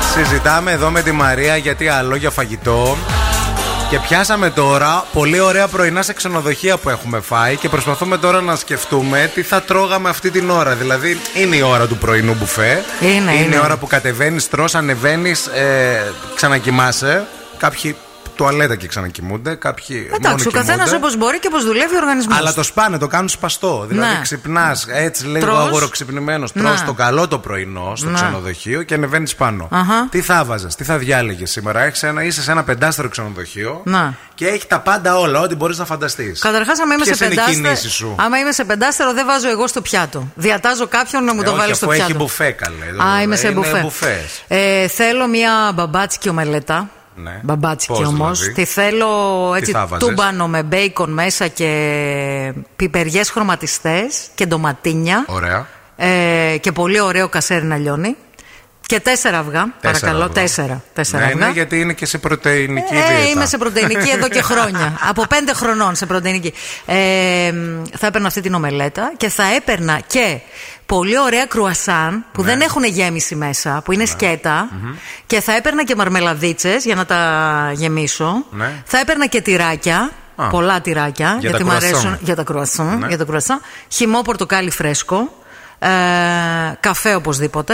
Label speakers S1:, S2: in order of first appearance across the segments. S1: Συζητάμε εδώ με τη Μαρία γιατί άλλο για φαγητό. Και πιάσαμε τώρα πολύ ωραία πρωινά σε ξενοδοχεία που έχουμε φάει και προσπαθούμε τώρα να σκεφτούμε τι θα τρώγαμε αυτή την ώρα. Δηλαδή, είναι η ώρα του πρωινού μπουφέ.
S2: Είναι, είναι.
S1: η ώρα που κατεβαίνεις, τρώ, ανεβαίνεις, ε, ξανακοιμάσαι. Κάποιοι τουαλέτα και ξανακοιμούνται, κάποιοι.
S2: Ε, Εντάξει,
S1: μόνο
S2: ο καθένας
S1: κοιμούνται.
S2: όπως μπορεί και όπως δουλεύει ο οργανισμός.
S1: Αλλά το σπάνε, το κάνουν σπαστό. Δηλαδή
S2: Ναι.
S1: ξυπνάς έτσι λίγο
S2: Τρως.
S1: αγοροξυπνημένο. Τρώ
S2: Ναι.
S1: το καλό το πρωινό στο
S2: Ναι.
S1: ξενοδοχείο και ανεβαίνεις πάνω.
S2: Αχα.
S1: Τι θα βάζε, τι θα διάλεγες σήμερα. Έχεις ένα, είσαι σε ένα πεντάστερο ξενοδοχείο
S2: Ναι.
S1: και έχει τα πάντα όλα, ό,τι μπορείς να φανταστείς.
S2: Καταρχάς, άμα είμαι
S1: Ποιες
S2: σε
S1: είναι οι
S2: πεντάστερο.
S1: κινήσεις σου?
S2: Άμα είμαι σε πεντάστερο, δεν βάζω εγώ στο πιάτο. Διατάζω κάποιον να μου το
S1: Ε, όχι,
S2: βάλει στο
S1: αφού
S2: πιάτο.
S1: έχει μπουφέ, καλέ. ε,
S2: Α, είμαι σε
S1: Είναι
S2: μπουφέ.
S1: μπουφές.
S2: Ε, θέλω μία μπαμπάτσικη ομελέτα.
S1: Ναι.
S2: Μπαμπάτσικη
S1: Πώς
S2: όμως.
S1: δηλαδή?
S2: Τη θέλω έτσι
S1: θα βάζες?
S2: τούμπανο με μπέικον μέσα και πιπεριές χρωματιστές και ντοματίνια.
S1: Ωραία.
S2: Ε, και πολύ ωραίο κασέρι να λιώνει. Και τέσσερα αυγά, παρακαλώ.
S1: αυγά.
S2: Τέσσερα. τέσσερα
S1: Ναι,
S2: αυγά.
S1: ναι, γιατί είναι και σε πρωτεϊνική
S2: Ε,
S1: δίαιτα.
S2: είμαι σε πρωτεϊνική εδώ και χρόνια. Από πέντε χρονών σε πρωτεϊνική. Ε, μ, θα έπαιρνα αυτή την ομελέτα και θα έπαιρνα και πολύ ωραία κρουασάν που
S1: Ναι.
S2: δεν έχουν γέμιση μέσα, που είναι σκετα Και θα έπαιρνα και μαρμελαδίτσες για να τα γεμίσω.
S1: Ναι.
S2: Θα έπαιρνα και τυράκια.
S1: Α.
S2: Πολλά τυράκια.
S1: Για
S2: γιατί
S1: τα
S2: μου
S1: κρουασάν.
S2: αρέσουν. Για τα κρουασάν.
S1: Ναι.
S2: Για τα κρουασάν. Χυμό πορτοκάλι φρέσκο. Ε, καφέ οπωσδήποτε.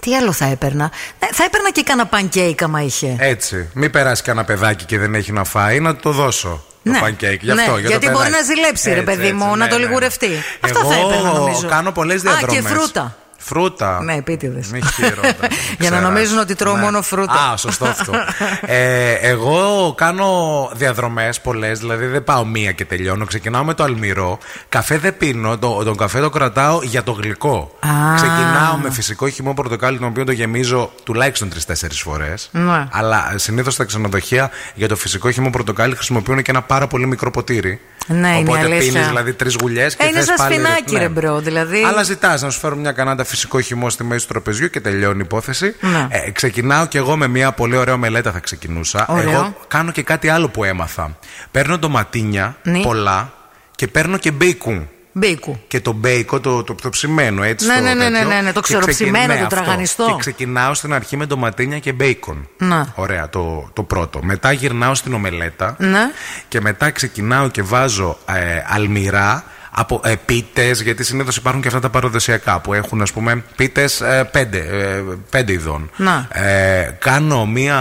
S2: Τι άλλο θα έπαιρνα. Ε, Θα έπαιρνα και κανένα pancake άμα είχε.
S1: Ε, Έτσι. Μην περάσει κανένα παιδάκι και δεν έχει να φάει, να το δώσω.
S2: Ναι.
S1: Το pancake. Γι' αυτό,
S2: Ναι,
S1: για το
S2: γιατί
S1: παιδάκι. ναι,
S2: μπορεί να ζηλέψει, ρε παιδί μου, να το λιγουρευτεί. Αυτά
S1: Εγώ
S2: θα έπαιρνα, νομίζω.
S1: κάνω πολλές
S2: Α, και
S1: διαδρομές.
S2: φρούτα.
S1: Φρούτα.
S2: Ναι, επίτηδες.
S1: Μη χειρότερα, μην
S2: Για να
S1: ξεράσει.
S2: νομίζουν ότι τρώω μόνο φρούτα.
S1: Α, σωστό αυτό. ε, εγώ κάνω διαδρομές πολλές, δηλαδή δεν πάω μία και τελειώνω. Ξεκινάω με το αλμυρό. Καφέ δεν πίνω, το, τον καφέ το κρατάω για το γλυκό.
S2: Α.
S1: Ξεκινάω με φυσικό χυμό πορτοκάλι, τον οποίο το γεμίζω τουλάχιστον τρει-τέσσερι φορές.
S2: Ναι.
S1: Αλλά συνήθως στα ξενοδοχεία για το φυσικό χυμό πορτοκάλι χρησιμοποιούν και ένα πάρα πολύ μικρό ποτήρι.
S2: Ναι, είναι
S1: Οπότε
S2: αλήθεια.
S1: πίνεις δηλαδή τρεις γουλιές και
S2: Ε, είναι
S1: θες
S2: σαν
S1: πάλι- ναι.
S2: σφινάκι, ρε μπρο, δηλαδή.
S1: Αλλά ζητάς να σου φέρουν μια κανάντα φυσικό χυμό στη μέση του τραπεζιού και τελειώνει η υπόθεση.
S2: Ναι.
S1: Ε, ξεκινάω κι εγώ με μια πολύ ωραία μελέτα θα ξεκινούσα.
S2: Ωραίο.
S1: Εγώ κάνω και κάτι άλλο που έμαθα. Παίρνω ντοματίνια
S2: Ναι.
S1: πολλά και παίρνω και μπέικουν.
S2: Μπίκου.
S1: Και το μπέικο, το, το, το ψημένο έτσι.
S2: Ναι,
S1: το
S2: ναι, ναι,
S1: τέτοιο.
S2: ναι, ναι, ναι,
S1: Και
S2: το
S1: ξεκινά-
S2: ξεροψημένο,
S1: ναι,
S2: το
S1: αυτό.
S2: τραγανιστό. Ναι.
S1: Και ξεκινάω στην αρχή με ντοματίνια και μπέικον.
S2: Να.
S1: Ωραία, το, το πρώτο. Μετά γυρνάω στην ομελέτα.
S2: Ναι.
S1: Και μετά ξεκινάω και βάζω ε, αλμυρά από ε, πίτες, γιατί συνήθως υπάρχουν και αυτά τα παραδοσιακά που έχουν, ας πούμε, πίτες πέντε, ε, πέντε ειδών.
S2: Να.
S1: Ε, κάνω μία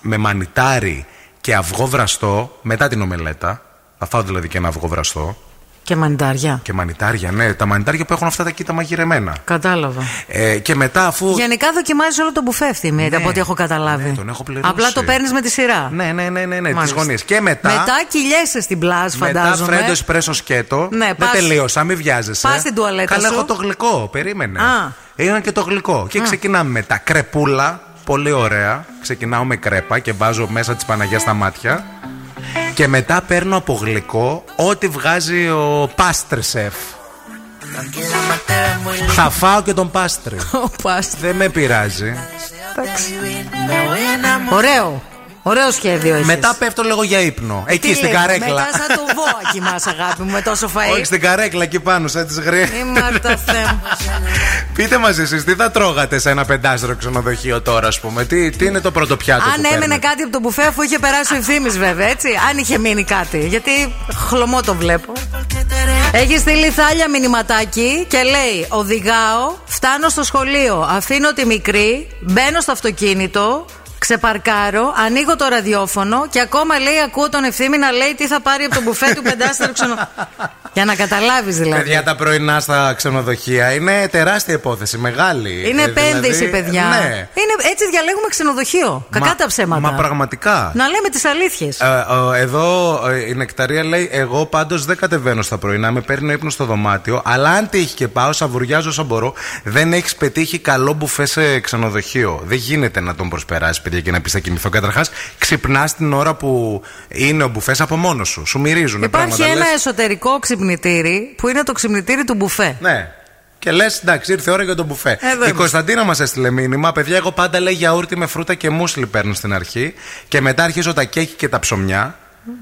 S1: με μανιτάρι και αυγό βραστό μετά την ομελέτα. Θα φάω δηλαδή και ένα αυγό βραστό.
S2: Και μανιτάρια.
S1: Και μανιτάρια, ναι, τα μανιτάρια που έχουν αυτά τα κοίτα μαγειρεμένα.
S2: Κατάλαβα.
S1: Ε, και μετά αφού.
S2: Γενικά δοκιμάζεις όλο το μπουφέ αυτή η μία,
S1: Ναι.
S2: από ό,τι έχω καταλάβει.
S1: Ναι, τον έχω πληρώσει.
S2: Απλά το παίρνεις με τη σειρά.
S1: Ναι, ναι, ναι, ναι, ναι τις
S2: Μάλιστα.
S1: γωνίες. Και μετά.
S2: Μετά κυλιέσαι στην πλάζ,
S1: Μετά
S2: φαντάζομαι.
S1: φρέντο εσπρέσο σκέτο.
S2: Ναι,
S1: δεν
S2: πας-
S1: τελείωσα, μην βιάζεσαι.
S2: πας στην τουαλέτα
S1: Καλά,
S2: σου.
S1: έχω το γλυκό, περίμενε.
S2: Α.
S1: Είναι και το γλυκό. Και ξεκινάμε με τα κρεπούλα. Πολύ ωραία. Ξεκινάω με κρέπα και βάζω μέσα τη Παναγία στα μάτια. Και μετά παίρνω από γλυκό ό,τι βγάζει ο Πάστρισεφ. Θα φάω και τον Πάστρι.
S2: Ο πας.
S1: Δεν με πειράζει. Ναι,
S2: Ωραίο. Ωραίο σχέδιο έχεις.
S1: Μετά πέφτω λίγο για ύπνο. Εκεί
S2: Ε, Τι
S1: στην
S2: λέει,
S1: καρέκλα.
S2: Μετά σαν το βόα κοιμάσαι, αγάπη μου, με τόσο
S1: Όχι
S2: φαΐ.
S1: στην καρέκλα εκεί πάνω, σαν τις γρήγορε.
S2: Ή Μάρτα Θεέ μου.
S1: Πείτε μας εσείς, τι θα τρώγατε σε ένα πεντάστερο ξενοδοχείο τώρα, ας πούμε. Τι, τι είναι το πρώτο πιάτο
S2: Αν
S1: που
S2: έμεινε
S1: παίρνετε?
S2: κάτι από το μπουφέ, αφού είχε περάσει ο ευθύνη, βέβαια, έτσι. Αν είχε μείνει κάτι. Γιατί χλωμό το βλέπω. Έχει στείλει θάλια μηνυματάκι και λέει: Οδηγάω, φτάνω στο σχολείο, αφήνω τη μικρή, μπαίνω στο αυτοκίνητο, ξεπαρκάρω, ανοίγω το ραδιόφωνο και ακόμα λέει: Ακούω τον ευθύνη να λέει τι θα πάρει από το μπουφέ του πεντάστερου ξενο. Για να καταλάβεις δηλαδή.
S1: Παιδιά, τα πρωινά στα ξενοδοχεία είναι τεράστια υπόθεση, μεγάλη.
S2: Είναι
S1: Ε, δηλαδή,
S2: επένδυση, παιδιά.
S1: Ναι.
S2: Είναι, έτσι διαλέγουμε ξενοδοχείο. Κακά
S1: Μα-
S2: τα ψέματα.
S1: Μα πραγματικά.
S2: Να λέμε τις αλήθειες.
S1: Ε, ε, Εδώ ε, η νεκταρία λέει: Εγώ πάντως δεν κατεβαίνω στα πρωινά. Με παίρνει ο ύπνος στο δωμάτιο. Αλλά αν τύχει και πάω, σαβουριάζω όσα μπορώ. Δεν έχεις πετύχει καλό μπουφέ σε ξενοδοχείο. Δεν γίνεται να τον προσπεράσεις, παιδιά, και να πεις θα κοιμηθώ. Καταρχάς, ξυπνάς την ώρα που είναι ο μπουφές από μόνος σου. Σου μυρίζουν
S2: Υπάρχει
S1: πράγματα.
S2: ένα
S1: λες,
S2: εσωτερικό ξυπνητήρι που είναι το ξυπνητήρι του μπουφέ.
S1: ναι. Και λες, εντάξει, ήρθε η ώρα για τον μπουφέ.
S2: Εδώ
S1: η
S2: είμαστε.
S1: Κωνσταντίνα μας έστειλε μήνυμα. Παιδιά, εγώ πάντα λέει γιαούρτι με φρούτα και μουσλι παίρνω στην αρχή. Και μετά αρχίζω τα κέκι και τα ψωμιά.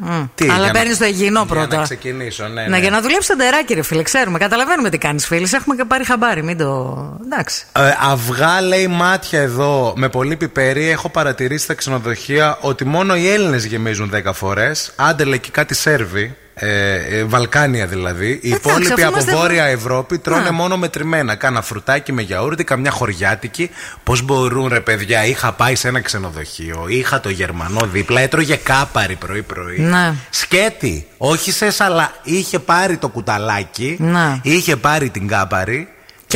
S2: Mm. Τι, Αλλά παίρνεις το υγιεινό πρώτα.
S1: Για να ξεκινήσω, ναι. ναι.
S2: Να, για να δουλέψεις τα ντεράκι, ρε φίλε. Ξέρουμε, καταλαβαίνουμε τι κάνεις, φίλες. Έχουμε και πάρει χαμπάρι, μην το. Εντάξει.
S1: Ε, αυγά, λέει μάτια εδώ, με πολύ πιπέρι, έχω παρατηρήσει στα ξενοδοχεία ότι μόνο οι Έλληνες γεμίζουν 10 φορές. Άντε, λέει και κάτι Σέρβοι. Ε, ε, Βαλκάνια δηλαδή. Οι υπόλοιποι από είμαστε... Βόρεια Ευρώπη τρώνε
S2: Να.
S1: μόνο μετρημένα. Κάνα φρουτάκι με γιαούρτι, καμιά χωριάτικη. Πώς μπορούν, ρε παιδιά, είχα πάει σε ένα ξενοδοχείο, είχα το Γερμανό δίπλα, έτρωγε κάπαρι πρωί-πρωί.
S2: Ναι.
S1: Σκέτη, όχι σε σαλά. Είχε πάρει το κουταλάκι,
S2: Να.
S1: είχε πάρει την κάπαρη.
S2: Ναι.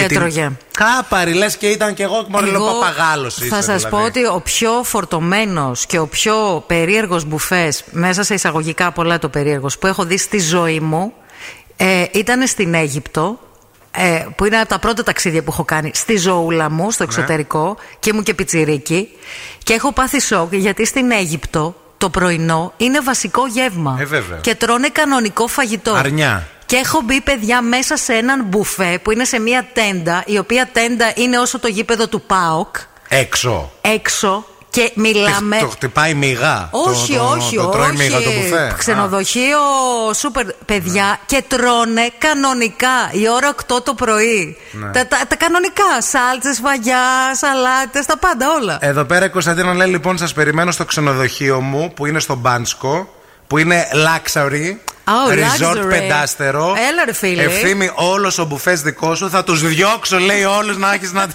S2: Και έτρωγε.
S1: Την... Κάπαρη, λες και ήταν και εγώ μωρέλο
S2: Εγώ
S1: παπαγάλο.
S2: Θα σα
S1: δηλαδή.
S2: πω ότι ο πιο φορτωμένος και ο πιο περίεργος μπουφές, μέσα σε εισαγωγικά πολλά το περίεργος, που έχω δει στη ζωή μου, ε, ήταν στην Αίγυπτο. Ε, που είναι από τα πρώτα ταξίδια που έχω κάνει στη ζωούλα μου,
S1: Ναι.
S2: στο εξωτερικό και ήμουν και πιτσιρίκι και έχω πάθει σοκ γιατί στην Αίγυπτο το πρωινό είναι βασικό γεύμα
S1: Ε, βέβαια.
S2: και τρώνε κανονικό φαγητό
S1: Αρνιά.
S2: και έχω μπει παιδιά μέσα σε έναν μπουφέ που είναι σε μια τέντα, η οποία τέντα είναι όσο το γήπεδο του ΠΑΟΚ,
S1: Έξω.
S2: έξω και μιλάμε.
S1: Το χτυπάει μυγά. Το-
S2: Όχι,
S1: το-
S2: όχι,
S1: Το τρώει μυγά το
S2: όχι.
S1: μπουφέ. Α. Ναι.
S2: Ξενοδοχείο, σούπερ. Παιδιά και τρώνε κανονικά η ώρα 8 το πρωί.
S1: Ναι.
S2: Τα, τα, τα κανονικά. Σάλτσες, φαγιά, σαλάτες, τα πάντα όλα.
S1: Εδώ πέρα η Κωνσταντίνα λέει λοιπόν σας περιμένω στο ξενοδοχείο μου που είναι στο Μπάνσκο που είναι luxury,
S2: Oh,
S1: resort
S2: luxury.
S1: πεντάστερο.
S2: Έλα, ρε, φίλε.
S1: Ευθύμη όλος ο μπουφές δικό σου, θα τους διώξω λέει όλους να έχεις να...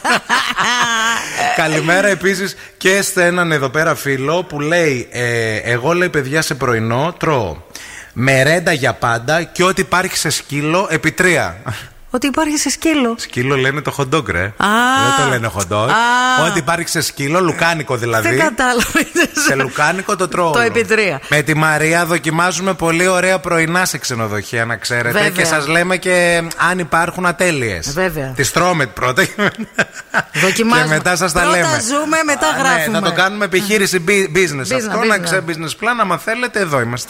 S1: Καλημέρα επίσης και σε έναν εδώ πέρα φίλο που λέει ε, εγώ λέει παιδιά σε πρωινό τρώω μερέντα για πάντα και ό,τι υπάρχει σε σκύλο επί τρία.
S2: Ότι υπάρχει σε σκύλο.
S1: Σκύλο λένε το hot dog, ρε. Δεν το λένε hot dog.
S2: α.
S1: Ό,τι υπάρχει σε σκύλο, λουκάνικο δηλαδή.
S2: Δεν κατάλαβε.
S1: Σε λουκάνικο το τρώω.
S2: Το
S1: όλο.
S2: επί τρία.
S1: Με τη Μαρία δοκιμάζουμε πολύ ωραία πρωινά σε ξενοδοχεία, να ξέρετε.
S2: Βέβαια.
S1: Και σας λέμε και ε, αν υπάρχουν ατέλειες.
S2: Βέβαια.
S1: Τις τρώμε πρώτα. και μετά-
S2: Δοκιμάζουμε.
S1: Και μετά σας τα
S2: Πρώτα
S1: λέμε.
S2: ζούμε, μετά
S1: Α, ναι,
S2: γράφουμε.
S1: θα το κάνουμε επιχείρηση business.
S2: Business,
S1: Αυτό να
S2: business.
S1: ξέρει business plan, άμα θέλετε, εδώ είμαστε.